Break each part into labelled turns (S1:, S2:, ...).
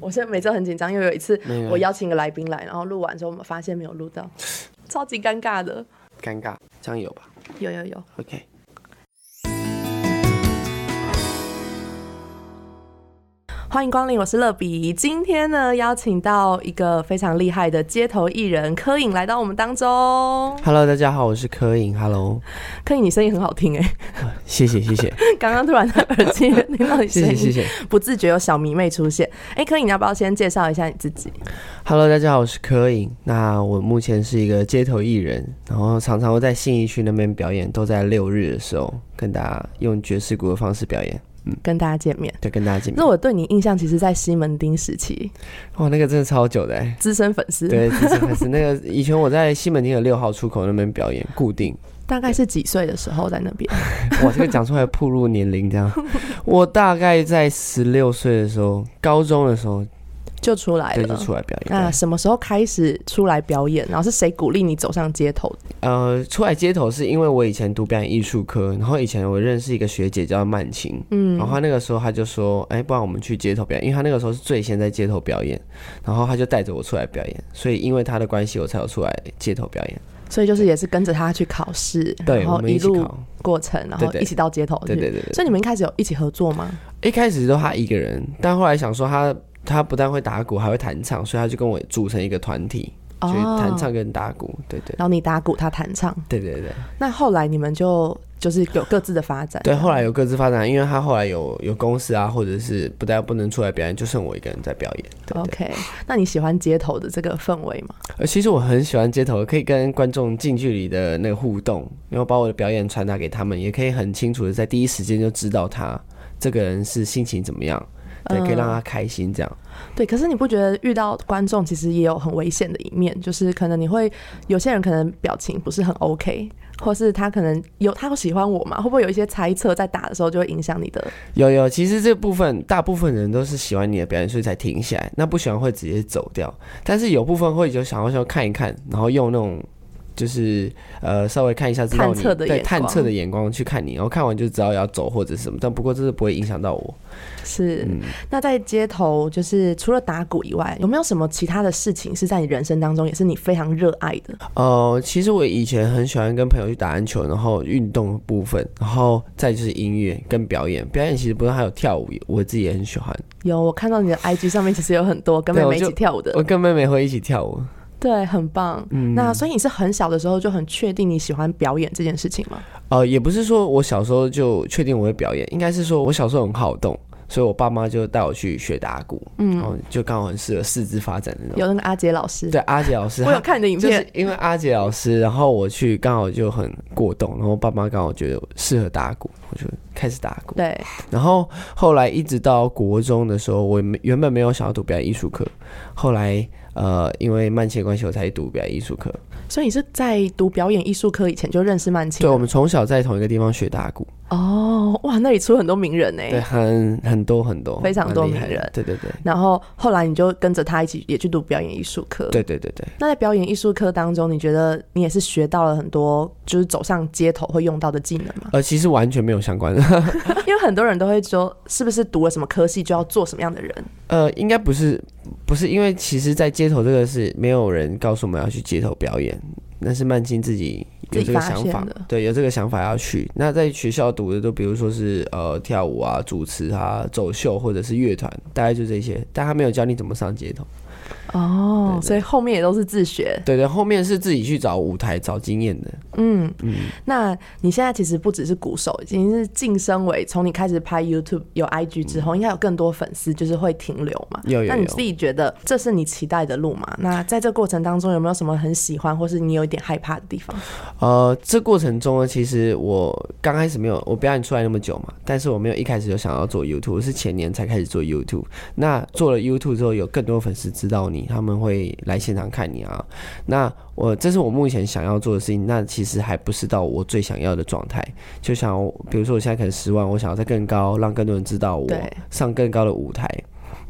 S1: 我现在每次都很紧张，因为有一次
S2: 没有
S1: 我邀请一个来宾来，然后录完之后我们发现没有录到，超级尴尬的。
S2: 尴尬，这样有吧
S1: 有有有，
S2: ？OK，
S1: 欢迎光临，我是乐比。今天呢，邀请到一个非常厉害的街头艺人柯颖来到我们当中。
S2: Hello，大家好，我是柯颖。Hello，
S1: 柯颖，你声音很好听哎、
S2: 谢谢谢谢
S1: 刚刚突然在耳机里面听到你声
S2: 谢
S1: 音，
S2: 谢谢谢。
S1: 不自觉有小迷妹出现。哎、柯颖，你要不要先介绍一下你自己？
S2: Hello，大家好，我是柯颖。那我目前是一个街头艺人，然后常常会在信义区那边表演，都在六日的时候跟大家用爵士鼓的方式表演，
S1: 跟大家见面。
S2: 对，跟大家见面
S1: 那。我对你印象，其实，在西门町时期，
S2: 哇，那个真的超久的、欸。
S1: 资深粉丝，
S2: 对，其实还是那个以前我在西门町的六号出口那边表演，固定。
S1: 大概是几岁的时候在那边？
S2: 哇，这个讲出来暴露年龄这样。我大概在十六岁的时候，高中的时候
S1: 就出来
S2: 欸对就
S1: 了。
S2: 出来表演。
S1: 那什么时候开始出来表演？然后是谁鼓励你走上街头的？
S2: 呃，出来街头是因为我以前读表演艺术科，然后以前我认识一个学姐叫曼琴，嗯，然后她那个时候她就说，哎、不然我们去街头表演，因为她那个时候是最先在街头表演，然后她就带着我出来表演，所以因为她的关系，我才有出来街头表演。
S1: 所以就是也是跟着他去考试，
S2: 对，
S1: 然
S2: 我
S1: 后
S2: 们一起
S1: 路
S2: 考。
S1: 过程，然
S2: 对
S1: 后
S2: 对
S1: 一起到街头去。
S2: 对对对对，
S1: 所以你们一开始有一起合作吗？
S2: 一开始都她一个人，但后来想说她她不但会打鼓，还会弹唱，所以她就跟我组成一个团体，
S1: 哦
S2: 就是弹唱跟打鼓。对对
S1: 然后你打鼓，他弹唱。
S2: 对对对。
S1: 那后来你们就就是有各自的发展。
S2: 对，后来有各自发展，因为他后来有有公司啊，或者是不但不能出来表演，就剩我一个人在表演。对对
S1: OK，那你喜欢街头的这个氛围吗？
S2: 呃，其实我很喜欢街头，可以跟观众近距离的那个互动，然后把我的表演传达给他们，也可以很清楚的在第一时间就知道他这个人是心情怎么样，对，可以让他开心这样。
S1: 对，可是你不觉得遇到观众其实也有很危险的一面，就是可能你会有些人可能表情不是很 OK，或是他可能有他有喜欢我嘛？会不会有一些猜测在打的时候就会影响你的？
S2: 有有，其实这部分大部分人都是喜欢你的表演，所以才停下来。那不喜欢会直接走掉，但是有部分会就想要说看一看，然后用那种就是呃稍微看一下，知道你
S1: 探测的
S2: 对
S1: 眼
S2: 探测
S1: 光
S2: 的眼光去看你，然后看完就知道要走或者是什么。但不过这是不会影响到我。
S1: 是，
S2: 嗯
S1: 那在街头就是除了打鼓以外，有没有什么其他的事情是在你人生当中也是你非常热爱的？
S2: 呃，其实我以前很喜欢跟朋友去打篮球，然后运动的部分，然后再就是音乐跟表演。表演其实不是还有跳舞，我自己也很喜欢。
S1: 有，我看到你的 IG 上面其实有很多跟妹
S2: 对我
S1: 妹一
S2: 就
S1: 起跳舞的，
S2: 我嗯跟妹妹会一起跳舞。
S1: 对，很棒。那所以你是很小的时候就很确定你喜欢表演这件事情吗？
S2: 呃，也不是说我小时候就确定我会表演，应该是说我小时候很好动，所以我爸妈就带我去学打鼓，嗯，然后就刚好很适合四肢发展那种。
S1: 有那个阿杰老师，
S2: 对，阿杰老师，
S1: 我有
S2: 他
S1: 看你的影
S2: 就
S1: 片，
S2: 是因为阿杰老师，然后我去刚好就很过动，然后爸妈刚好觉得我适合打鼓，我就开始打鼓。
S1: 对，
S2: 然后后来一直到国中的时候，我没原本没有想要读表演艺术课，后来呃因为慢性关系，我才去读表演艺术课。
S1: 所以你是在读表演艺术科以前就认识曼青？
S2: 对，我们从小在同一个地方学打鼓。
S1: 哦，哇，那里出很多名人呢。欸
S2: 对，很很多很多，
S1: 非常
S2: 蛮
S1: 多
S2: 厉
S1: 名
S2: 害的
S1: 人呃
S2: 对对对，
S1: 然后后来你就跟着他一起也去读表演艺术科。
S2: 对对对对。
S1: 那在表演艺术科当中，你觉得你也是学到了很多，就是走上街头会用到的技能 吗？
S2: 呃，其实完全没有相关的，
S1: 因为很多人都会说，是不是读了什么科系就要做什么样的人？
S2: 呃，应该不是，不是，因为其实，在街头这个是没有人告诉我们要去街头表演，那是曼青自己有
S1: 自己
S2: 这个
S1: 发
S2: 想
S1: 现
S2: 法
S1: 的，
S2: 对，有这个想法要去。那在学校读的都，比如说是呃跳舞啊、主持啊、走秀或者是乐团，大概就这些，但他没有教你怎么上街头。
S1: 哦，
S2: 对对
S1: 所以后面也都是自学。
S2: 对对，后面是自己去找舞台、找经验的。
S1: 嗯，那你现在其实不只是鼓手，已经是晋升为从你开始拍 YouTube 有 IG 之后，应该有更多粉丝就是会停留嘛。
S2: 嗯有有
S1: 那你
S2: 有
S1: 自己觉得这是你期待的路吗？那在这过程当中有没有什么很喜欢，或是你有一点害怕的地方？
S2: 呃，这过程中呢，其实我刚开始没有，我表演出来那么久嘛，但是我没有一开始就想要做 YouTube，我是前年才开始做 YouTube。那做了 YouTube 之后，有更多粉丝知道你，他们会来现场看你啊。那我这是我目前想要做的事情，那其实还不是到我最想要的状态。就想要，比如说我现在可能十万，我想要再更高，让更多人知道我
S1: 对，
S2: 上更高的舞台。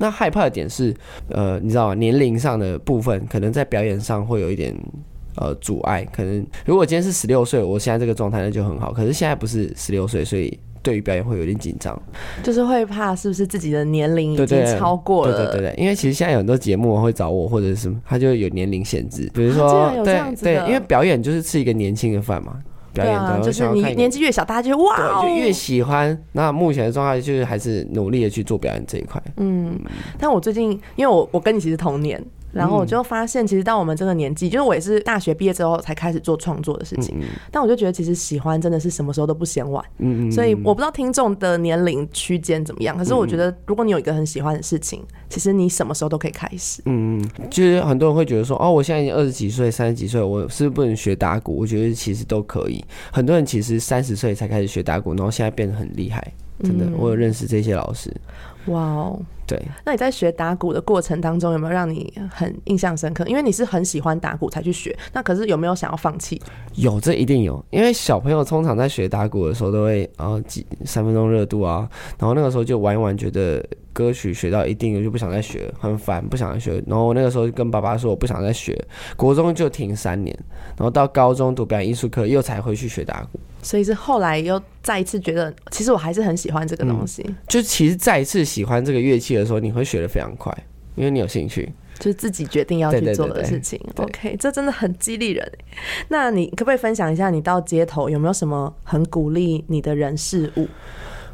S2: 那害怕的点是，呃，你知道吗？年龄上的部分，可能在表演上会有一点呃阻碍。可能如果今天是十六岁，我现在这个状态那就很好。可是现在不是十六岁，所以对于表演会有点紧张。
S1: 就是会怕是不是自己的年龄已
S2: 对
S1: 经
S2: 对对
S1: 超过
S2: 对
S1: 了？
S2: 对对对，因为其实现在有很多节目会找我或者是什么，他就有年龄限制，比
S1: 啊
S2: 如
S1: 竟
S2: 说、
S1: 然有这样
S2: 对
S1: 子
S2: 对
S1: 的，
S2: 因为表演就是吃一个年轻的饭嘛，表
S1: 对
S2: 演
S1: 啊，
S2: 的
S1: 就是你年
S2: 轻
S1: 纪越小，大家就会哇哦、
S2: 对就越喜欢。那目前的状态就是还是努力的去做表演这一块，
S1: 嗯，但我最近因为我我跟你其实同年，
S2: 嗯
S1: 然后我就发现，其实到我们这个年纪，就是我也是大学毕业之后才开始做创作的事
S2: 嗯
S1: 情。但我就觉得，其实喜欢真的是什么时候都不嫌晚。
S2: 嗯嗯，嗯
S1: 所以我不知道听众的年龄区间怎么样，可是我觉得，如果你有一个很喜欢的事情，其实你什么时候都可以开始。
S2: 嗯，就是很多人会觉得说，哦，我现在已经二十几岁、三十几岁，我是不是不能学打鼓？我觉得其实都可以。很多人其实三十岁才开始学打鼓，然后现在变得很厉害，真的，我有认识这些老师。
S1: 哇哦！
S2: 对，
S1: 那你在学打鼓的过程当中，有没有让你很印象深刻？因为你是很喜欢打鼓才去学，那可是有没有想要放弃？
S2: 有这一定有，因为小朋友通常在学打鼓的时候都会啊几三分钟热度啊，然后那个时候就玩一玩，觉得歌曲学到一定我就不想再学，很烦，不想再学。然后我那个时候就跟爸爸说我不想再学，国中就停三年，然后到高中读表演艺术课又才回去学打鼓。
S1: 所以是后来又再一次觉得，其实我还是很喜欢这个东西。
S2: 就其实再一次喜欢这个乐器的时候，你会学得非常快，因为你有兴趣。
S1: 就是自己决定要去做的事情。
S2: 对对对
S1: OK，这真的很激励人。那你可不可以分享一下，你到街头有没有什么很鼓励你的人事物？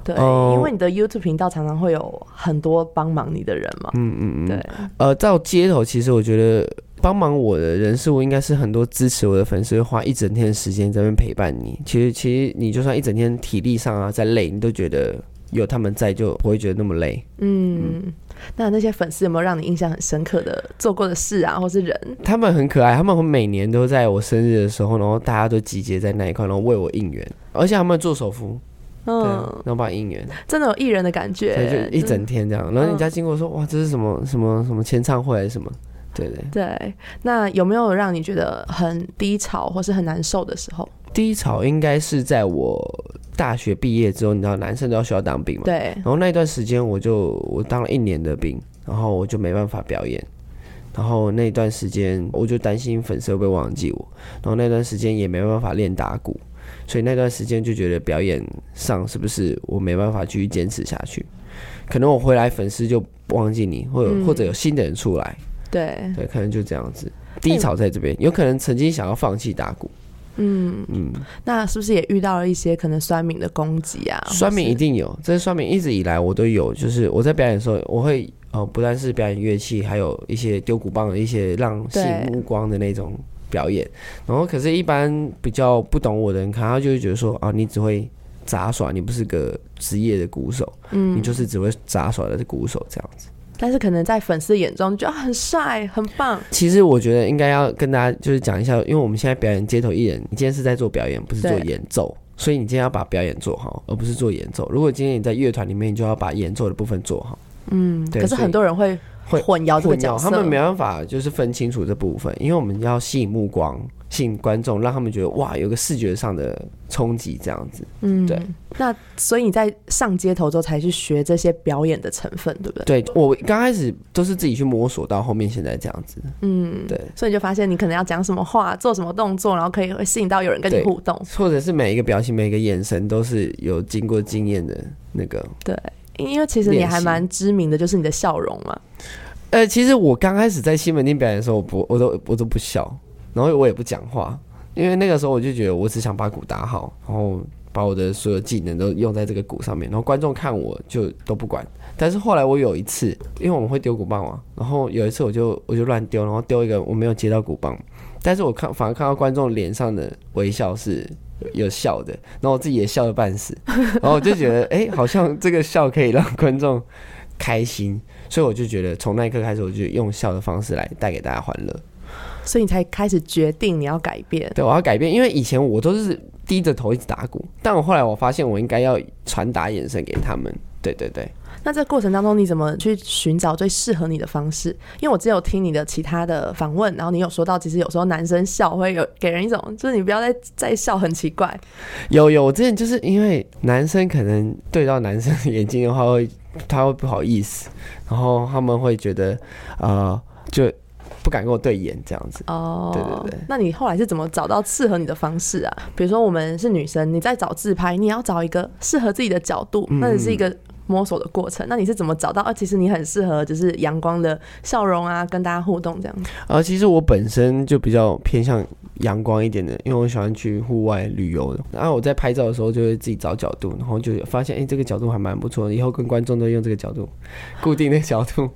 S1: 对，
S2: 哦
S1: 因为你的 YouTube 频道常常会有很多帮忙你的人嘛。嗯嗯嗯，对，
S2: 呃，到街头，其实我觉得帮忙我的人事物应该是很多支持我的粉丝，会花一整天的时间在那边陪伴你。其实，其实你就算一整天体力上啊再累，你都觉得有他们在，就不会觉得那么累。
S1: 嗯。那那些粉丝有没有让你印象很深刻的做过的事啊，或是人？
S2: 他们很可爱，他们会每年都在我生日的时候，然后大家都集结在那一块，然后为我应援，而且他们做手幅，对，
S1: 嗯，
S2: 然后帮我应援。
S1: 真的有艺人的感
S2: 所以
S1: 觉，嗯
S2: 就一整天这样。然后人家经过说，哇，这是什么什么什么签唱会还是什么？对对，
S1: 对。那有没有让你觉得很低潮或是很难受的时候？
S2: 低潮应该是在我大学毕业之后，你知道男生都要需要当兵嘛。
S1: 对，
S2: 然后那一段时间，我就我当了一年的兵，然后我就没办法表演。然后那段时间，我就担心粉丝会不会忘记我。然后那段时间也没办法练打鼓，所以那段时间就觉得表演上是不是我没办法继续坚持下去？可能我回来粉丝就忘记你，或者、或者有新的人出来，
S1: 对，
S2: 对，可能就这样子。低潮在这边，有可能曾经想要放弃打鼓，
S1: 那是不是也遇到了一些可能酸民的攻击啊？
S2: 酸民
S1: 或
S2: 一
S1: 是
S2: 定有，这是酸民一直以来我都有，就是我在表演的时候，我会呃不但是表演乐器，还有一些丢鼓棒的一些让吸引
S1: 对
S2: 目光的那种表演。然后可是，一般比较不懂我的人，可能他就会觉得说啊，你只会杂耍，你不是个职业的鼓手，嗯，你就是只会杂耍的鼓手这样子。
S1: 但是可能在粉丝眼中就啊很帅、很棒，
S2: 其实我觉得应该要跟大家就是讲一下，因为我们现在表演街头艺人，你今天是在做表演，不是做
S1: 对
S2: 演奏，所以你今天要把表演做好，而不是做演奏。如果今天你在乐团里面，你就要把演奏的部分做好。嗯，对。
S1: 可是很多人会
S2: 会
S1: 混淆这个
S2: 混
S1: 角
S2: 淆，
S1: 色，
S2: 他们没办法就是分清楚这部分，因为我们要吸引目光，吸引观众，让他们觉得哇，有个视觉上的冲击这样子。
S1: 嗯
S2: 对。
S1: 那所以你在上街头之后才去学这些表演的成分，对不对？
S2: 对我刚开始都是自己去摸索，到后面现在这样子。嗯，对。
S1: 所以你就发现你可能要讲什么话、做什么动作，然后可以会吸引到有人跟你
S2: 对
S1: 互动。
S2: 或者是每一个表情、每一个眼神都是有经过经验的那个
S1: 对，因因为其实你
S2: 练习
S1: 还蛮知名的，就是你的笑容嘛。
S2: 呃，其实我刚开始在西门町表演的时候，我不，我都我都不笑，然后我也不讲话，因为那个时候我就觉得我只想把鼓打好，然后把我的所有技能都用在这个鼓上面，然后观众看我就都不管。但是后来我有一次，因为我们会丢鼓棒嘛，然后有一次我就我就乱丢，然后丢一个我没有接到鼓棒，但是我看反而看到观众脸上的微笑是。有笑的，然后我自己也笑得半死，然后我就觉得，哎、好像这个笑可以让观众开心，所以我就觉得从那一刻开始，我就用笑的方式来带给大家欢乐。
S1: 所以你才开始决定你要改变，
S2: 对，我要改变，因为以前我都是低着头一直打鼓，但我后来我发现我应该要传达眼神给他们。对对对，
S1: 那这过程当中，你怎么去寻找最适合你的方式？因为我只有听你的其他的访问，然后你有说到，其实有时候男生笑会有给人一种，就是你不要再再笑，很奇怪。
S2: 有有，我之前就是因为男生可能对到男生的眼睛的话会，他会不好意思，然后他们会觉得，呃，就不敢跟我对眼这样子。
S1: 哦，
S2: 对对对。
S1: 那你后来是怎么找到适合你的方式啊？比如说我们是女生，你在找自拍，你也要找一个适合自己的角度，
S2: 嗯
S1: 那只是一个摸索的过程。那你是怎么找到？啊，其实你很适合，就是阳光的笑容啊，跟大家互动这样子。
S2: 而其实我本身就比较偏向阳光一点的，因为我喜欢去户外旅游的。然后我在拍照的时候就会自己找角度，然后就发现哎、诶这个角度还蛮不错的，以后跟观众都用这个角度，固定的角度。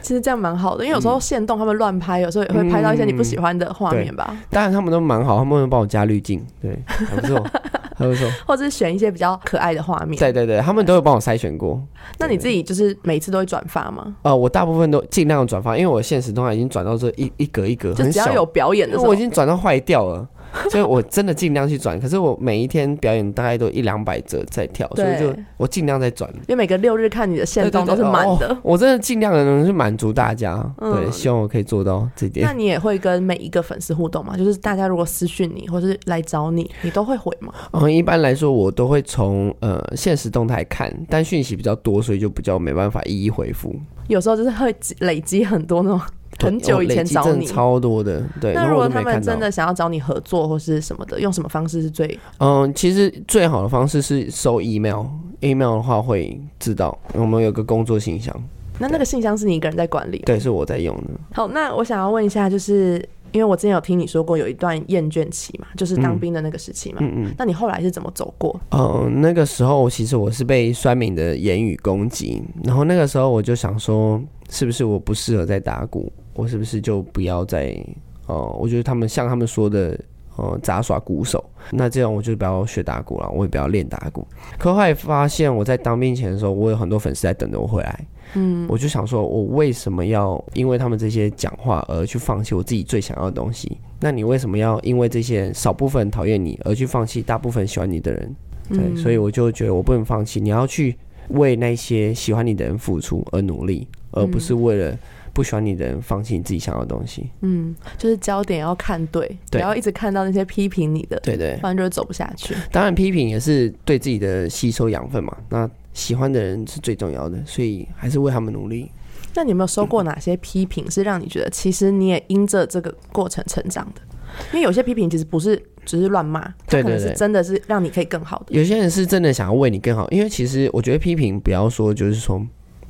S1: 其实这样蛮好的，因为有时候
S2: 嗯
S1: 线动他们乱拍，有时候也会拍到一些你不喜欢的画面吧，
S2: 当然他们都蛮好，他们会帮我加滤镜，对，还不错，还不错。
S1: 或者是选一些比较可爱的画面。
S2: 对对对，他们都有帮我筛选过。
S1: 那你自己就是每次都会转发吗？
S2: 呃，我大部分都尽量转发，因为我现实动态已经转到这一一格一格，
S1: 就
S2: 很
S1: 只
S2: 小
S1: 要有表演
S2: 因
S1: 的
S2: 为
S1: 时候，
S2: 我已经转到坏掉了，所以我真的尽量去转。可是我每一天表演大概都一两百折在跳，所以就
S1: 对
S2: 我尽量在转。
S1: 因为每个六日看你的线动都是满
S2: 对对对
S1: 的
S2: 哦。我真的尽量的能去满足大家，对，
S1: 嗯
S2: 希望我可以做到这一
S1: 那
S2: 点。
S1: 你也会跟每一个粉丝互动吗？就是大家如果私讯你，或是来找你，你都会回吗？
S2: 嗯，一般来说我都会从呃现实动态看，但讯息比较多，所以就比较没办法一一回复。
S1: 有时候就是会积累积很多那种很久以前
S2: 哦累积
S1: 找
S2: 真的
S1: 你。
S2: 超多的，对，
S1: 那
S2: 然
S1: 如
S2: 后我
S1: 果
S2: 都
S1: 他
S2: 没
S1: 们
S2: 看到
S1: 真。的想要找你合作或是什么的，用什么方式是最？
S2: 嗯，其实最好的方式是收 email，email 的话会知道我们有个工作信箱，
S1: 那那个信箱是你一个人在管理？
S2: 对，是我在用的。
S1: 好，那我想要问一下，就是因为我之前有听你说过有一段厌倦期嘛，就是当兵的那个时期嘛。
S2: 嗯嗯。
S1: 那你后来是怎么走过？
S2: 嗯，那个时候其实我是被酸敏的言语攻击，然后那个时候我就想说，是不是我不适合在打鼓？我是不是就不要再……呃，我觉得他们像他们说的，呃，杂耍鼓手，那这样我就不要学打鼓了，我也不要练打鼓。可后来发现我在当兵前的时候，我有很多粉丝在等着我回来，嗯，我就想说，我为什么要因为他们这些讲话而去放弃我自己最想要的东西？那你为什么要因为这些少部分讨厌你而去放弃大部分喜欢你的人？对，所以我就觉得我不能放弃，你要去为那些喜欢你的人付出而努力，而不是为了不喜欢你的人放弃你自己想要的东西。
S1: 嗯，就是焦点要看对，不
S2: 对
S1: 要一直看到那些批评你的，
S2: 对对
S1: 不，然就会走不下去。
S2: 当然批评也是对自己的吸收养分嘛。那喜欢的人是最重要的，所以还是为他们努力。
S1: 那你有没有收过哪些批评是让你觉得其实你也因着这个过程成长的？因为有些批评其实不是只是乱骂，它
S2: 对
S1: 可能
S2: 对
S1: 是
S2: 对
S1: 真的是让你可以更好的。
S2: 有些人是真的想要为你更好，因为其实我觉得批评不要说就是说，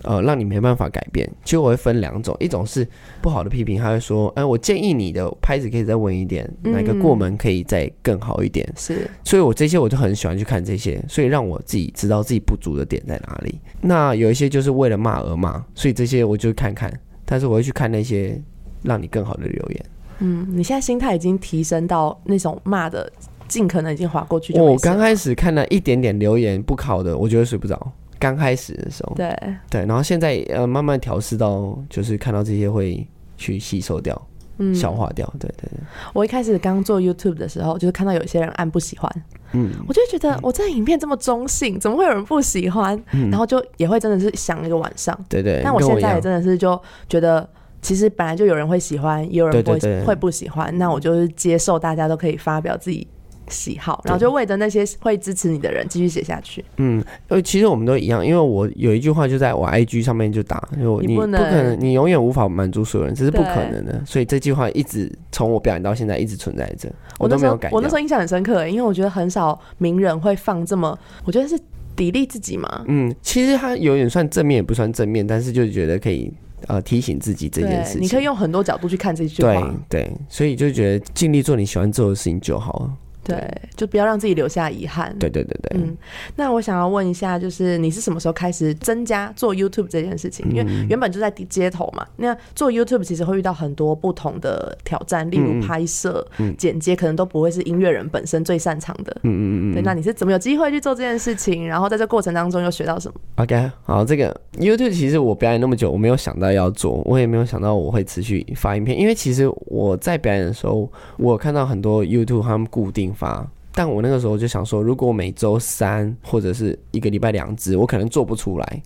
S2: 呃，让你没办法改变。其实我会分两种，一种是不好的批评，他会说，哎、我建议你的拍子可以再稳一点，
S1: 嗯
S2: 哪个过门可以再更好一点。
S1: 是，
S2: 所以我这些我就很喜欢去看这些，所以让我自己知道自己不足的点在哪里。那有一些就是为了骂而骂，所以这些我就看看，但是我会去看那些让你更好的留言。
S1: 嗯，你现在心态已经提升到那种骂的，尽可能已经划过去就没
S2: 哦我
S1: 事
S2: 刚
S1: 了。
S2: 开始看了一点点留言不考的，我就会睡不着。刚开始的时候，
S1: 对，
S2: 对，然后现在呃慢慢调试到，就是看到这些会去吸收掉、
S1: 嗯，
S2: 消化掉，对对对，
S1: 我一开始刚做 YouTube 的时候，就是看到有些人按不喜欢，
S2: 嗯，
S1: 我就会觉得我这影片这么中性，怎么会有人不喜欢？然后就也会真的是想一个晚上。
S2: 对对。
S1: 但我
S2: 跟
S1: 现
S2: 一
S1: 在
S2: 样
S1: 也真的是就觉得，其实本来就有人会喜欢，也有人
S2: 对
S1: 不会
S2: 对对
S1: 会不喜欢。那我就是接受大家都可以发表自己喜好，然后就为着那些会支持你的人继续写下去。
S2: 嗯，呃，其实我们都一样，因为我有一句话就在我 IG 上面就打，因为我
S1: 你
S2: 你
S1: 不
S2: 不
S1: 能
S2: 可能，你永远无法满足所有人，这是不可
S1: 对
S2: 能的。所以这句话一直从我表演到现在一直存在着，
S1: 我
S2: 都
S1: 那
S2: 没
S1: 时
S2: 有
S1: 候
S2: 改掉。
S1: 我那时候印象很深刻、因为我觉得很少名人会放这么，我觉得是砥砺自己嘛。
S2: 嗯，其实它有点算正面，也不算正面，但是就觉得可以呃提醒自己这件
S1: 对
S2: 事，情。
S1: 你可以用很多角度去看这句
S2: 对
S1: 话，
S2: 对，所以就觉得尽力做你喜欢做的事情就好了。
S1: 对，就不要让自己留下遗憾。
S2: 对对对对，
S1: 嗯，那我想要问一下，就是你是什么时候开始增加做 YouTube 这件事情？因为原本就在街头嘛，那做 YouTube 其实会遇到很多不同的挑战，例如拍摄、剪接，可能都不会是音乐人本身最擅长的。嗯嗯嗯嗯。对，那你是怎么有机会去做这件事情？然后在这过程当中又学到什么？
S2: OK，好，这个 YouTube 其实我表演那么久，我没有想到要做，我也没有想到我会持续发影片，因为其实我在表演的时候，我有看到很多 YouTube 他们固定发，但我那个时候就想说，如果我每周三或者是一个礼拜两支，我可能做不出来。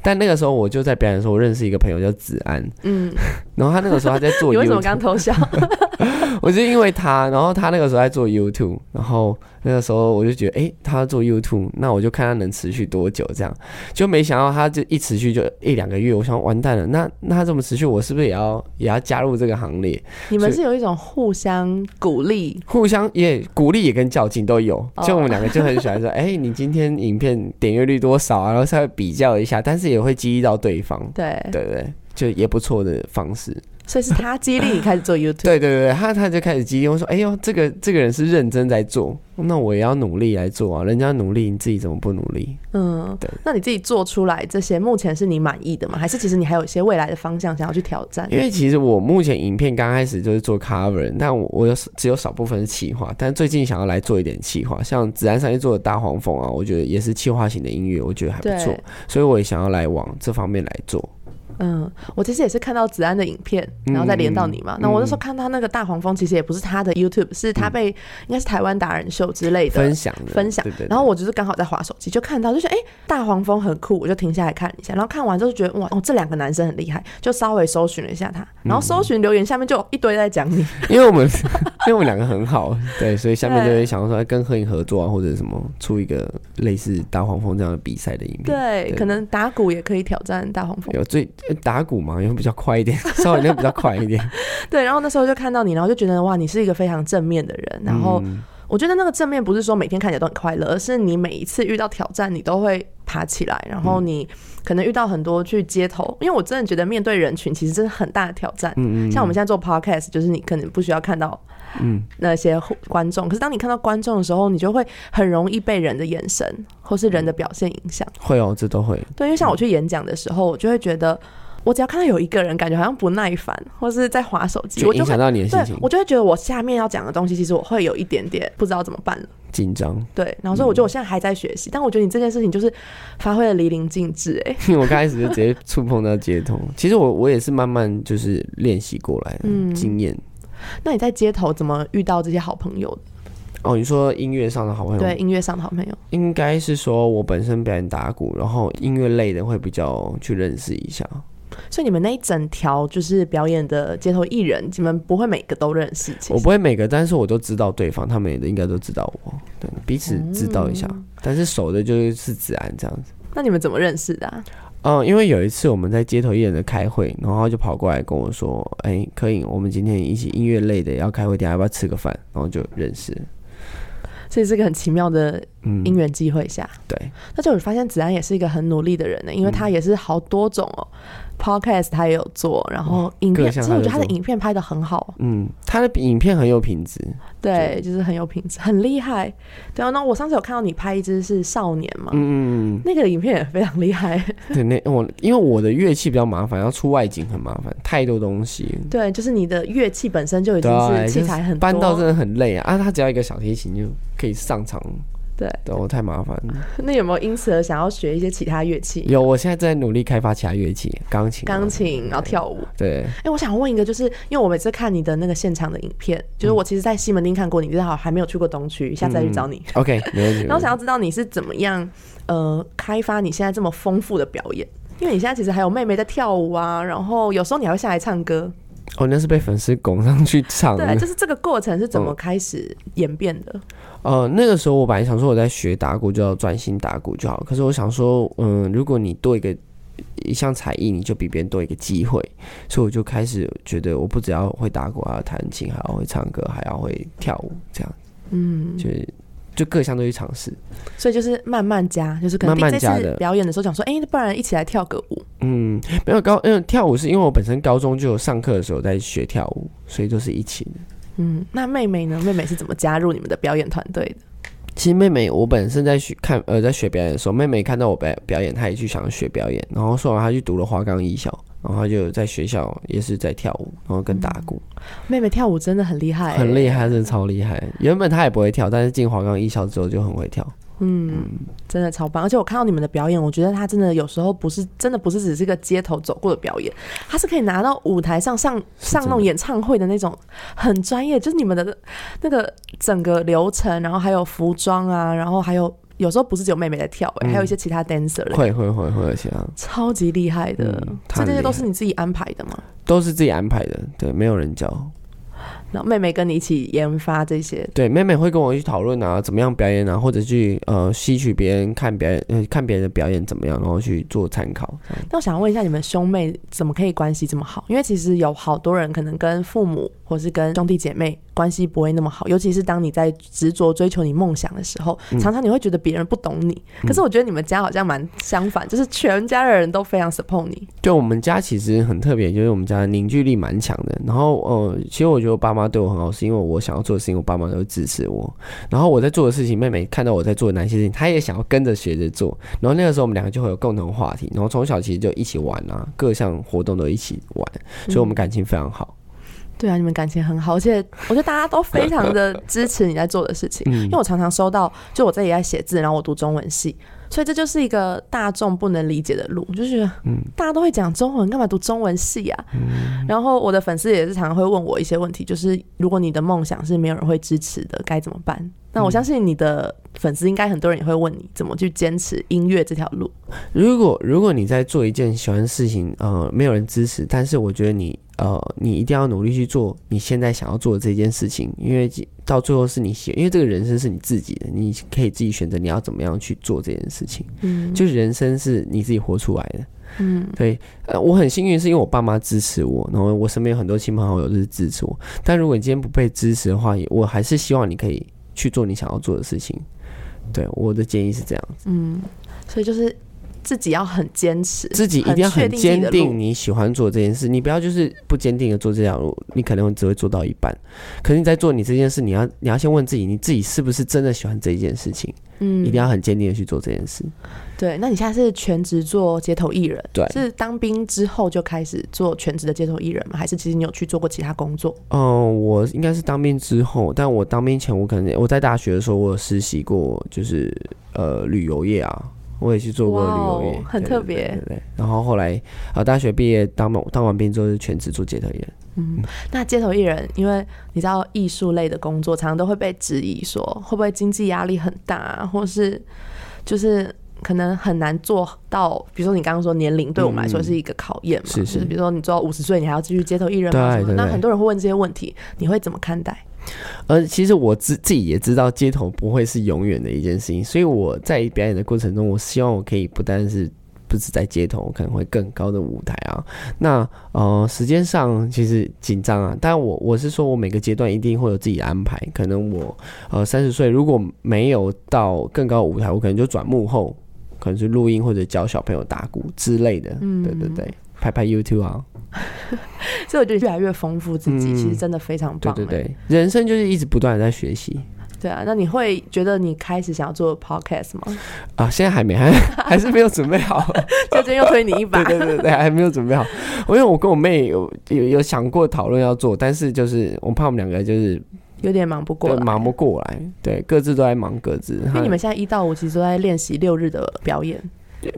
S2: 但那个时候我就在表演的时候，我认识一个朋友叫子安，
S1: 嗯，
S2: 然后他那个时候他在做
S1: 你为什么
S2: YouTube，
S1: 刚偷笑？
S2: 我就因为他，然后他那个时候在做 YouTube，然后那个时候我就觉得，哎、他做 YouTube，那我就看他能持续多久这样。就没想到他就一持续就一两个月，我想完蛋了，那那他这么持续，我是不是也要也要加入这个行列？
S1: 你们是有一种互相鼓励，
S2: 互相也鼓励也跟较劲都有
S1: 哦，
S2: 就我们两个就很喜欢说，哎、你今天影片点阅率多少啊？然后稍微比较一下，但是也会激励到对方，
S1: 对，
S2: 对对对，就也不错的方式。
S1: 所以是他激励你开始 做 YouTube。
S2: 对对对，他他就开始激励我说：“哎呦，这个这个人是认真在做，那我也要努力来做啊！人家努力，你自己怎么不努力
S1: 嗯
S2: 对，
S1: 那你自己做出来这些，目前是你满意的吗？还是其实你还有一些未来的方向想要去挑战？”
S2: 因为其实我目前影片刚开始就是做 cover，但我我有只有少部分是企划，但最近想要来做一点企划，像子安上去做的大黄蜂啊，我觉得也是企划型的音乐，我觉得还不
S1: 对
S2: 错，所以我也想要来往这方面来做。
S1: 嗯，我其实也是看到子安的影片，
S2: 嗯
S1: 然后再连到你嘛。那、我那时候看他那个大黄蜂，其实也不是他的 YouTube，是他被、应该是台湾达人秀之类的
S2: 嗯分享的
S1: 分享
S2: 对对对
S1: 然后我就是刚好在划手机，就看到就是哎、诶大黄蜂很酷，我就停下来看一下。然后看完之后就觉得哇哦，这两个男生很厉害，就稍微搜寻了一下他，然后搜寻留言下
S2: 嗯
S1: 面就有一堆在讲 你。
S2: 因为我们因为我们两个很好，对，所以下面就会想要说哎跟合影合作啊，或者什么出一个类似大黄蜂这样的比赛的影片。
S1: 对，
S2: 对
S1: 可能打鼓也可以挑战大黄蜂。
S2: 有最呃打鼓嘛，因为比较快一点， 稍微那个比较快一点。
S1: 对，然后那时候就看到你，然后就觉得哇，你是一个非常正面的人。然后
S2: 嗯
S1: 我觉得那个正面不是说每天看起来都很快乐，而是你每一次遇到挑战，你都会爬起来。然
S2: 嗯
S1: 后你可能遇到很多去街头，因为我真的觉得面对人群其实真的很大的挑战。
S2: 嗯
S1: 像我们现在做 podcast，就是你可能不需要看到
S2: 嗯
S1: 那些观众，可是当你看到观众的时候，你就会很容易被人的眼神或是
S2: 嗯
S1: 人的表现影响。
S2: 会哦，这都会。
S1: 对，因为像我去演讲的时候，我就会觉得，我只要看到有一个人感觉好像不耐烦，或是在划手机，
S2: 就
S1: 我就
S2: 影
S1: 会
S2: 响到你的心
S1: 对
S2: 情，
S1: 我就会觉得我下面要讲的东西，其实我会有一点点不知道怎么办了。
S2: 紧张。
S1: 对，然后所以我觉得我现在还在学习，但我觉得你这件事情就是发挥的淋漓尽致、哎，
S2: 因为我刚开始就直接触碰到街头，其实我我也是慢慢就是练习过来的
S1: 嗯
S2: 经验。
S1: 那你在街头怎么遇到这些好朋友的？
S2: 哦，你说音乐上的好朋友，
S1: 对，，音乐上的好朋友，
S2: 应该是说我本身表演打鼓，然后音乐类的会比较去认识一下。
S1: 所以你们那一整条就是表演的街头艺人，你们不会每个都认识，其
S2: 我
S1: 实
S2: 不会每个，但是我都知道对方，他们也应该都知道我，对，彼此知道一下。
S1: 嗯
S2: 但是熟的就是子安这样子。
S1: 那你们怎么认识的、啊？
S2: 嗯，因为有一次我们在街头艺人的开会，然后他就跑过来跟我说：“哎、可以，我们今天一起音乐类的要开会，等一下要不要吃个饭？”然后就认识。
S1: 所以是个很奇妙的
S2: 嗯，
S1: 因缘际会下，
S2: 对，嗯
S1: 那就我发现子安也是一个很努力的人呢，因为他也是好多种哦、p o d c a s t 他也有做，然后影片，
S2: 各
S1: 其
S2: 项
S1: 实我觉得他
S2: 他都
S1: 的
S2: 做
S1: 影片拍的很好，哦
S2: 嗯，他的影片很有品质。
S1: 对，就是很有品质，很厉害。对啊，那我上次有看到你拍一支是少年嘛，
S2: 嗯嗯
S1: 那个影片也非常厉害，
S2: 嗯，对，那我因为我的乐器比较麻烦，要出外景很麻烦，太多东西。
S1: 对，就是你的乐器本身就已经
S2: 对，
S1: 啊是器材很多，
S2: 搬到真的很累啊！啊，他只要一个小提琴就可以上场，
S1: 对，哎
S2: 对我太麻烦了。
S1: 那有没有因此而想要学一些其他乐器？
S2: 有，我现在在努力开发其他乐器，钢琴啊，
S1: 钢琴，然后跳舞。
S2: 对，
S1: 哎、我想问一个，就是因为我每次看你的那个现场的影片，就是我其实，在西门町看过你，但好还没有去过东区，下次再去找你。
S2: OK，没问题。
S1: 然后想要
S2: 要
S1: 知道你是怎么样呃开发你现在这么丰富的表演，因为你现在其实还有妹妹在跳舞啊，然后有时候你还会下来唱歌，
S2: 哦，那是被粉丝拱上去唱的
S1: 对，。就是这个过程是怎
S2: 嗯
S1: 么开始演变的？
S2: 呃，那个时候我本来想说我在学打鼓就要专心打鼓就好，可是我想说，嗯，如果你多一个一项才艺，你就比别人多一个机会，所以我就开始觉得我不只要会打鼓，还要弹琴，还要会唱歌，还要会跳舞，这样，嗯，就是就各项都去尝试。
S1: 所以就是慢慢加，就是可能
S2: 慢
S1: 第
S2: 慢
S1: 这
S2: 加
S1: 次
S2: 的
S1: 表演的时候想说，哎、不然一起来跳个舞，
S2: 嗯，没有高，因为跳舞是因为我本身高中就有上课的时候在学跳舞，所以都是一起的。
S1: 嗯，那妹妹呢？妹妹是怎么加入你们的表演团队的？
S2: 其实妹妹，我本身在学看呃在学表演的时候，妹妹看到我表表演，她也去想学表演，然后说完她去读了花岗艺校，然后她就在学校也是在跳舞，然后跟打鼓，
S1: 妹妹跳舞真的很厉害、欸
S2: 很厉害，真的超厉害。原本她也不会跳，但是进华冈艺校之后就很会跳。
S1: 真的超棒！而且我看到你们的表演，我觉得他真的有时候不是真的不是只是个街头走过的表演，他是可以拿到舞台上上上那种演唱会的那种很专业，就是你们的那个整个流程，然后还有服装啊，然后还有有时候不是只有妹妹在跳、欸，
S2: 嗯
S1: 还有一些其他 dancer 嘞，
S2: 会会会会，而且啊，
S1: 超级厉害的
S2: 嗯。
S1: 所以这
S2: 她很厉
S1: 些
S2: 害
S1: 都是你自己安排的吗？
S2: 都是自己安排的，对，没有人教。
S1: 然后妹妹跟你一起研发这些，
S2: 对，妹妹会跟我一起讨论啊，怎么样表演啊，或者去呃吸取别人看别人呃看别人的表演怎么样，然后去做参考。这样
S1: 那我想问一下，你们兄妹怎么可以关系这么好？因为其实有好多人可能跟父母或是跟兄弟姐妹关系不会那么好，尤其是当你在执着追求你梦想的时候，常常你会觉得别人不懂你。可是我觉得你们家好像蛮相反，就是全家的人都非常 support 你。
S2: 就我们家其实很特别，就是我们家的凝聚力蛮强的。然后呃，其实我觉得我爸妈对我很好，是因为我想要做的事情，我爸妈都会支持我。然后我在做的事情，妹妹看到我在做哪些事情，她也想要跟着学着做。然后那个时候我们两个就会有共同话题，然后从小其实就一起玩啊，各项活动都一起玩，所以我们感情非常好。
S1: 对啊，你们感情很好，而且 我觉得大家都非常的支持你在做的事情。
S2: 嗯
S1: 因为我常常收到，就我自己在写字，然后我读中文系，所以这就是一个大众不能理解的路，就是
S2: 嗯
S1: 大家都会讲中文，干嘛读中文系啊？然后我的粉丝也是常常会问我一些问题，就是如果你的梦想是没有人会支持的，该怎么办？那
S2: 嗯
S1: 我相信你的粉丝应该很多人也会问你怎么去坚持音乐这条路。
S2: 如果如果你在做一件喜欢的事情，呃，没有人支持，但是我觉得你呃，你一定要努力去做你现在想要做的这件事情，因为到最后是你喜，因为这个人生是你自己的，你可以自己选择你要怎么样去做这件事情。
S1: 嗯，
S2: 就是人生是你自己活出来的。
S1: 嗯，
S2: 对，呃，我很幸运是因为我爸妈支持我，然后我身边有很多亲朋好友都是支持我。但如果你今天不被支持的话，也我还是希望你可以去做你想要做的事情。对，我的建议是这样。
S1: 所以就是自己要很坚持，
S2: 自己一定要很
S1: 确
S2: 坚
S1: 自己的路
S2: 定你喜欢做这件事，你不要就是不坚定的做这条路，你可能只会做到一半。可是你在做你这件事，你要你要先问自己，你自己是不是真的喜欢这一件事情？
S1: 嗯
S2: 一定要很坚定的去做这件事。
S1: 对，那你现在是全职做街头艺人，
S2: 对
S1: 是当兵之后就开始做全职的街头艺人吗？还是其实你有去做过其他工作？
S2: 嗯，我应该是当兵之后，但我当兵前，我可能我在大学的时候，我有实习过，就是呃旅游业啊，我也去做过
S1: 哇
S2: 旅
S1: 哦
S2: 游业，
S1: 很
S2: 对
S1: 特
S2: 对
S1: 别
S2: 对对对然后后来呃大学毕业当完当完兵之后，就全职做街头艺人。
S1: 那街头艺人，因为你知道艺术类的工作，常常都会被质疑说会不会经济压力很大、啊或是就是可能很难做到，比如说你刚刚说年龄对我们来说
S2: 嗯
S1: 是一个考验嘛，
S2: 是
S1: 就是是比如说你做到五十岁，你还要继续街头艺人吗？
S2: 对
S1: 什么
S2: 对
S1: 那
S2: 对
S1: 很多人会问这些问题，你会怎么看待？
S2: 而呃其实我自自己也知道，街头不会是永远的一件事情，所以我在表演的过程中，我希望我可以不单是不止在街头，我可能会更高的舞台啊。那呃，时间上其实紧张啊，但我我是说我每个阶段一定会有自己的安排。可能我呃三十岁如果没有到更高的舞台，我可能就转幕后，可能是录音或者教小朋友打鼓之类的。嗯，对对对，拍拍 YouTube 啊。
S1: 所以我觉得越来越丰富自己，
S2: 嗯
S1: 其实真的非常
S2: 对
S1: 棒、欸
S2: 对对，人生就是一直不断的在学习。
S1: 对啊，那你会觉得你开始想要做 podcast 吗？
S2: 啊，现在还没，还还是没有准备好。
S1: 就真又推你一把
S2: 对。对对对，还没有准备好。因为我跟我妹有有有想过讨论要做，但是就是我怕我们两个就是
S1: 有点忙不过
S2: 呃
S1: 来。
S2: 忙不过来，对，各自都在忙各自。
S1: 因为你们现在一到五其实都在练习六日的表演，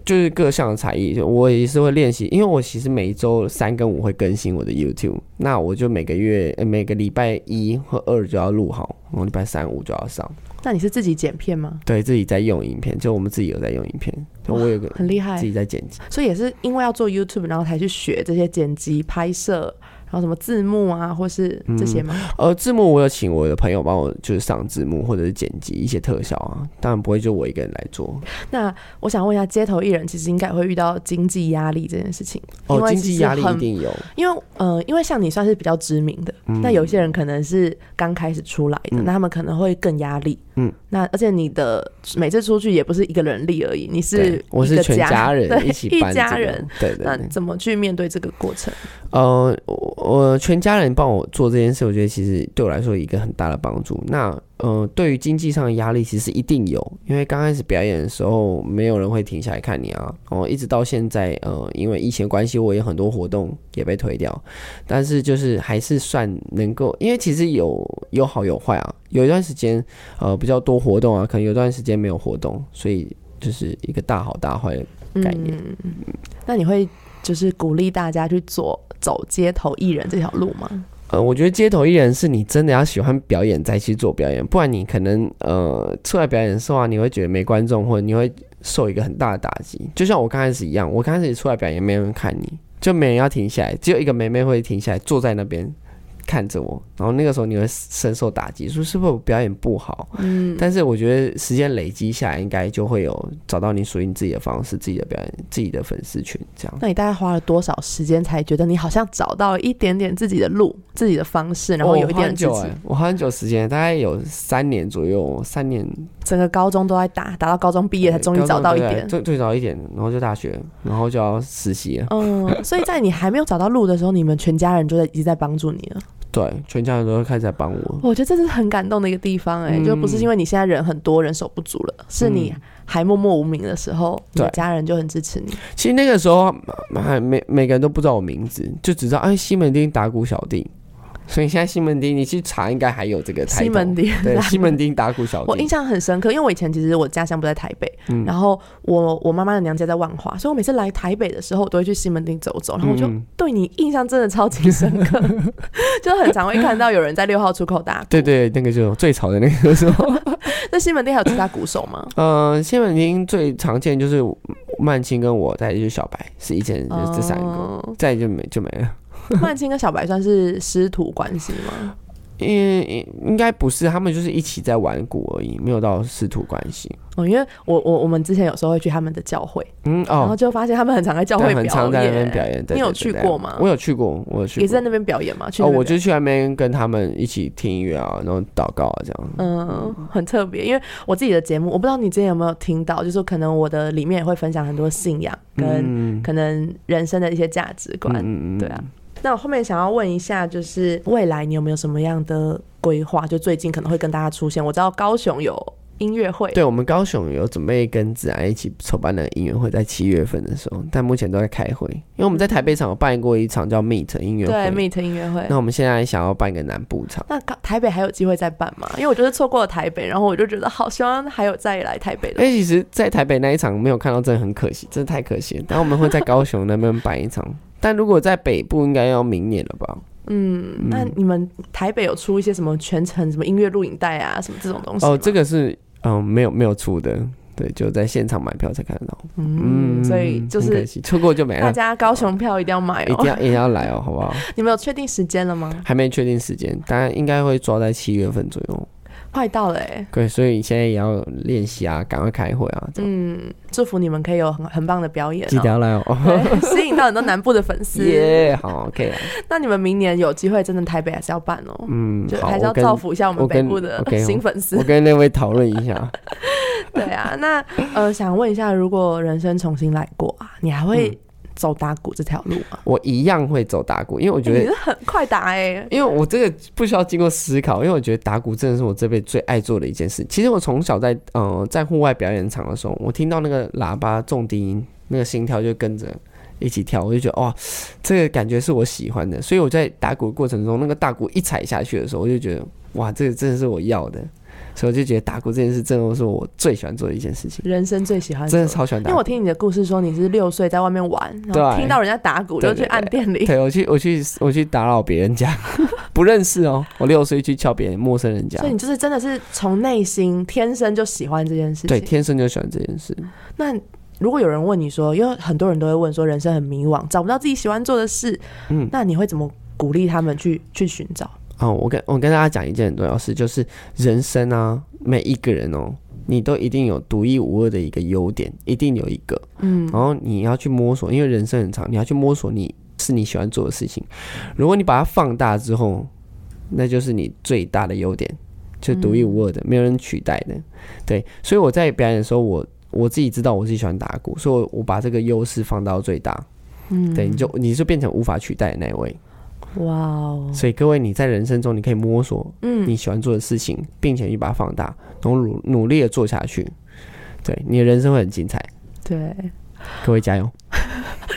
S2: 就是各项的才艺，我也是会练习，因为我其实每周三跟五会更新我的 YouTube，那我就每个月、呃每个礼拜一或二就要录好，然后礼拜三五就要上。
S1: 那你是自己剪片吗？
S2: 对自己在用影片，就我们自己有在用影片，就我有个
S1: 很厉
S2: 自
S1: 害
S2: 己，在剪辑。
S1: 所以也是因为要做 YouTube，然后才去学这些剪辑、拍摄，然后什么字幕啊，或是这些吗？
S2: 呃，字幕我有请我的朋友帮我，就是上字幕或者是剪辑一些特效啊，当然不会就我一个人来做。
S1: 那我想问一下，街头艺人其实应该也会遇到经济压力这件事情，因
S2: 哦，
S1: 为
S2: 经
S1: 其
S2: 济
S1: 实
S2: 压力一
S1: 很
S2: 定有，
S1: 因为呃，因为像你算是比较知名的，
S2: 嗯
S1: 那有些人可能是刚开始出来的，那他们可能会更压力。
S2: 嗯，
S1: 那而且你的每次出去也不是一个人力而已，你是
S2: 对我
S1: 一
S2: 是
S1: 个
S2: 全家人
S1: 对
S2: 一起搬
S1: 一
S2: 这
S1: 家
S2: 个
S1: 人。，
S2: 对对
S1: 那
S2: 对。
S1: 怎么去面对这个过程？
S2: 呃，我我全家人帮我做这件事，我觉得其实对我来说有一个很大的帮助。那呃，对于经济上的压力其实一定有，因为刚开始表演的时候没有人会停下来看你啊。哦，一直到现在，呃，因为疫情的关系，我有很多活动也被推掉，但是就是还是算能够，因为其实有有好有坏啊。有一段时间呃比较多活动啊，可能有一段时间没有活动，所以就是一个大好大坏。概念
S1: 嗯，那你会就是鼓励大家去做走街头艺人这条路吗？
S2: 呃，我觉得街头艺人是你真的要喜欢表演再去做表演，不然你可能呃出来表演的时候啊，你会觉得没观众，或者你会受一个很大的打击。就像我刚开始一样，我刚开始出来表演，没有人看你，就没人要停下来，只有一个妹妹会停下来坐在那边看着我，然后那个时候你会深受打击，说是不是我表演不好？嗯，但是我觉得时间累积下来，应该就会有找到你属于你自己的方式、自己的表演、自己的粉丝群这样。
S1: 那你大概花了多少时间才觉得你好像找到了一点点自己的路、自己的方式，然后
S2: 哦
S1: 有一
S2: 我花
S1: 点
S2: 很
S1: 自己？
S2: 久哎、我花很久时间，大概有三年左右，三年
S1: 整个高中都在打，打到高中毕业才终于找到一点。
S2: 最最早一点，然后就大学，然后就要实习了。
S1: 嗯，所以在你还没有找到路的时候，你们全家人就在已经在帮助你啊了。
S2: 对，全家人都开始在帮我。
S1: 我觉得这是很感动的一个地方、哎、
S2: 嗯
S1: 就不是因为你现在人很多，人手不足了，是你还默默无名的时候，你的
S2: 对
S1: 家人就很支持你。
S2: 其实那个时候还每每个人都不知道我名字，就只知道哎西门町打鼓小弟。所以现在西门町，你去查应该还有这个
S1: 西门
S2: 町，
S1: 町，
S2: 对，西门町打鼓小
S1: 我印
S2: 弟。
S1: 象很深刻，因为我以前其实我家乡不在台北，
S2: 嗯
S1: 然后我我妈妈的娘家在万华，所以我每次来台北的时候，我都会去西门町走走，然后我就
S2: 嗯
S1: 对你印象真的超级深 刻，就很常会看到有人在六号出口打鼓。
S2: 对对，那个就是最吵的那个时候。
S1: 那西门町还有其他鼓手 吗？
S2: 嗯，西门町最常见就是曼青跟我，再来就是小白，是以前就是这三个，
S1: 哦
S2: 再来就没就没了。
S1: 曼青跟小白算是师徒关系 吗？
S2: 嗯，应该不是，他们就是一起在玩鼓而已，没有到师徒关系。
S1: 哦，因为我我我们之前有时候会去他们的教会，
S2: 嗯
S1: 然后
S2: 哦，
S1: 就发现他们很常在教
S2: 对
S1: 会
S2: 很常
S1: 表
S2: 在那边表
S1: 演，
S2: 演。对
S1: 你有
S2: 对对
S1: 去
S2: 对
S1: 过吗
S2: 我有去过，我有去过。
S1: 也是在那边表演吗？去
S2: 哦，
S1: 那边
S2: 我
S1: 表演
S2: 就去那边跟他们一起听音乐啊，然后祷告啊，这样。
S1: 嗯，很特别，因为我自己的节目，我不知道你之前有没有听到，就是可能我的里面也会分享很多信仰跟
S2: 嗯
S1: 可能人生的一些价值观。
S2: 嗯
S1: 对啊，那我后面想要问一下，就是未来你有没有什么样的规划？就最近可能会跟大家出现，我知道高雄有音乐会，
S2: 对我们高雄有准备跟子安一起筹办的音乐会，在七月份的时候，但目前都在开会，因为我们在台北场有办过一场叫 Meet 音乐
S1: 对
S2: 会。
S1: Meet 音乐会
S2: 那。我们现在想要办一个南部场。
S1: 那高台北还有机会再办吗？因为我就是错过了台北，然后我就觉得好希望还有再来台北的
S2: 哎、其实，在台北那一场没有看到，真的很可惜，真的太可惜了。但我们会在高雄那边办一场，但如果在北部，应该要明年了吧？
S1: 嗯，那你们台北有出一些什么全程什么音乐录影带啊，什么这种东西
S2: 哦，这
S1: 个
S2: 个是嗯，没有没有出的，对，就在现场买票才看得到。
S1: 嗯，所以就
S2: 很可
S1: 是
S2: 惜错过就没
S1: 大
S2: 了，
S1: 家高雄票一定要买
S2: 一定
S1: 哦。
S2: 要一定要来哦，好不好？
S1: 你们有确定时间了吗？
S2: 还没确定时间，当然应该会抓在七月份左右。
S1: 快到了哎，
S2: 对，所以现在也要练习啊，赶快开会啊，这样
S1: 嗯，祝福你们可以有很很棒的表演
S2: 记得
S1: 哦。
S2: 要来哦。
S1: 对，吸引到很多南部的粉丝。
S2: 耶，好，OK 啊，
S1: 那你们明年有机会，真的台北还是要办哦，
S2: 嗯
S1: 就，
S2: 好，
S1: 还是要
S2: 我跟
S1: 造福一下我们
S2: 我
S1: 北
S2: 跟
S1: 部的
S2: OK，
S1: 新粉丝
S2: 我。跟那位讨论一下。
S1: 对啊，那呃，想问一下，如果人生重新来过啊，你还
S2: 嗯
S1: 会走打鼓这条路吗？
S2: 我一样会走打鼓，因为我觉
S1: 你
S2: 得，
S1: 是很快打哎，
S2: 因为我这个不需要经过思考，因为我觉得打鼓真的是我这辈子最爱做的一件事。其实我从小在呃在户外表演场的时候，我听到那个喇叭重低音，那个心跳就跟着。一起跳，我就觉得哇，这个感觉是我喜欢的，所以我在打鼓的过程中，那个大鼓一踩下去的时候，我就觉得哇，这个真的是我要的，所以我就觉得打鼓这件事真的是我最喜欢做的一件事情，
S1: 人生最喜欢
S2: 真的
S1: 做
S2: 超喜欢
S1: 因
S2: 打
S1: 为
S2: 鼓
S1: 我。听你的故事说，你是六岁在外面玩，然后
S2: 对
S1: 听到人家打鼓
S2: 对
S1: 就去
S2: 对
S1: 按电铃，
S2: 对我去，我去，我去打扰别人家， 不认识哦，我六岁去敲别人陌生人家
S1: 所以，你就是真的是从内心天生就喜欢这件事
S2: 对，
S1: 情。
S2: 天生就喜欢这件事。
S1: 那如果有人问你说，因为很多人都会问说人生很迷惘，找不到自己喜欢做的事，
S2: 嗯
S1: 那你会怎么鼓励他们去去寻找？
S2: 哦，我跟我跟大家讲一件很重要的事，就是人生啊，每一个人哦，你都一定有独一无二的一个优点，一定有一个，
S1: 嗯
S2: 然后你要去摸索，因为人生很长，你要去摸索你是你喜欢做的事情。如果你把它放大之后，那就是你最大的优点，就独一无二的，没有人取代的。对，所以我在表演的时候，我我自己知道我自己喜欢打鼓，所以我我把这个优势放到最大。
S1: 嗯，
S2: 对，你就你就变成无法取代的那一位。
S1: 哇哦，
S2: 所以各位，你在人生中你可以摸索
S1: 嗯，
S2: 你喜欢做的事情，并且去把它放大，然后努努力的做下去。对，你的人生会很精彩。
S1: 对，
S2: 各位加油！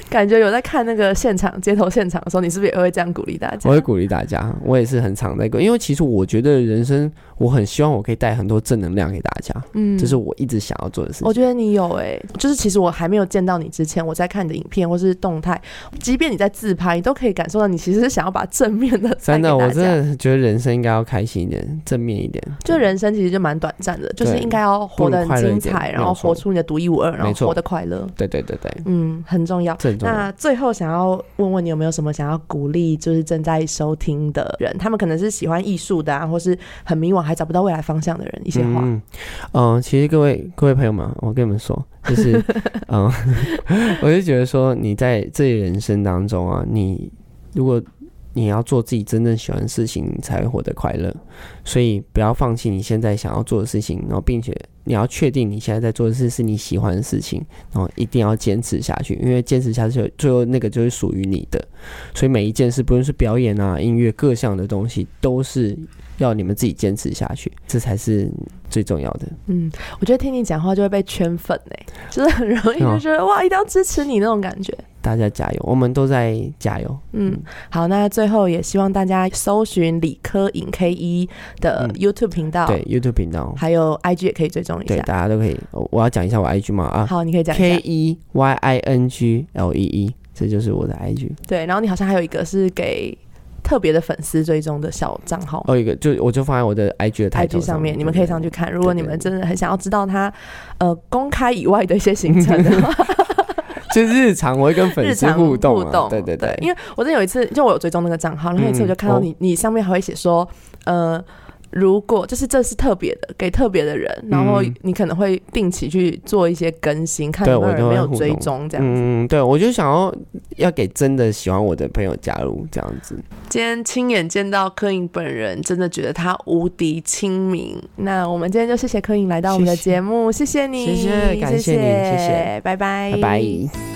S1: 感觉有在看那个现场街头现场的时候，你是不是也会这样鼓励大家
S2: 我？会鼓励大家，我也是很常在跟，因为其实我觉得人生，我很希望我可以带很多正能量给大家，
S1: 嗯
S2: 这是我一直想要做的事情。
S1: 我觉得你有哎、就是其实我还没有见到你之前，我在看你的影片或是动态，即便你在自拍，你都可以感受到你其实是想要把正面的 带
S2: 真
S1: 给
S2: 的，
S1: 大
S2: 我
S1: 家。
S2: 真的觉得人生应该要开心一点，正面一点。
S1: 就人生其实就蛮短暂的，就是应该要活得很精
S2: 不如快乐一
S1: 彩，
S2: 点
S1: 然后活出你的独一无二，然后
S2: 没错
S1: 活得快乐。
S2: 对对对对，
S1: 嗯，很重要。
S2: 这很重要。
S1: 那最后想要问问你有没有什么想要鼓励，就是正在收听的人，他们可能是喜欢艺术的啊，或是很迷惘还找不到未来方向的人一些话。
S2: 嗯，嗯呃其实各位各位朋友们，我跟你们说，就是， 嗯， 我就觉得说，你在自己人生当中啊，你如果你要做自己真正喜欢的事情，你才会获得快乐。所以不要放弃你现在想要做的事情，然后并且你要确定你现在在做的事是你喜欢的事情，然后一定要坚持下去，因为坚持下去，最后那个就是属于你的。所以每一件事，不论是表演啊、音乐各项的东西，都是要你们自己坚持下去，这才是最重要的。
S1: 嗯，我觉得听你讲话就会被圈粉 哎、就是很容易就觉得、哇，一定要支持你那种感觉。
S2: 大家加油，我们都在加油。
S1: 嗯，好，那最后也希望大家搜寻理科影 K 一的
S2: 嗯
S1: YouTube 频道，
S2: 对 YouTube 频道，
S1: 还有 IG 也可以追踪一
S2: 对
S1: 下。
S2: 大家都可以。哦我要讲一下我 IG 嘛啊
S1: 好，你可以讲一
S2: ，K
S1: 下。
S2: E Y I N G L E E，这就是我的 IG。
S1: 对，然后你好像还有一个是给特别的粉丝追踪的小账号。
S2: 哦，一个就我就放在我的 IG 的
S1: IG
S2: title
S1: 上面，
S2: 面，
S1: 你们可以上去
S2: 去。
S1: 看。如果
S2: 对
S1: 你
S2: 对
S1: 们
S2: 对
S1: 真的很想要知道他，呃，公开以外的一些行程 的话，
S2: 就日常我会跟粉
S1: 日
S2: 丝
S1: 常
S2: 互动啊，
S1: 动，
S2: 对对对，嗯哦
S1: 因为我真的有一次，就我有追踪那个账号，然后有一次我就看到你，你上面还会写说，呃，如果就是这是特别的，给特别的人，然后
S2: 嗯
S1: 你可能会定期去做一些更新，看
S2: 对
S1: 有没有
S2: 我都
S1: 人
S2: 会
S1: 没有
S2: 互
S1: 追
S2: 动
S1: 踪这样子。
S2: 嗯，对，我就想要要给真的喜欢我的朋友加入这样子。
S1: 今天亲眼见到柯颖本人，真的觉得他无敌亲民。那我们今天就谢谢柯颖来到我们的
S2: 谢谢
S1: 节目，谢谢你，
S2: 谢谢感谢你谢谢
S1: 拜拜，
S2: 拜拜。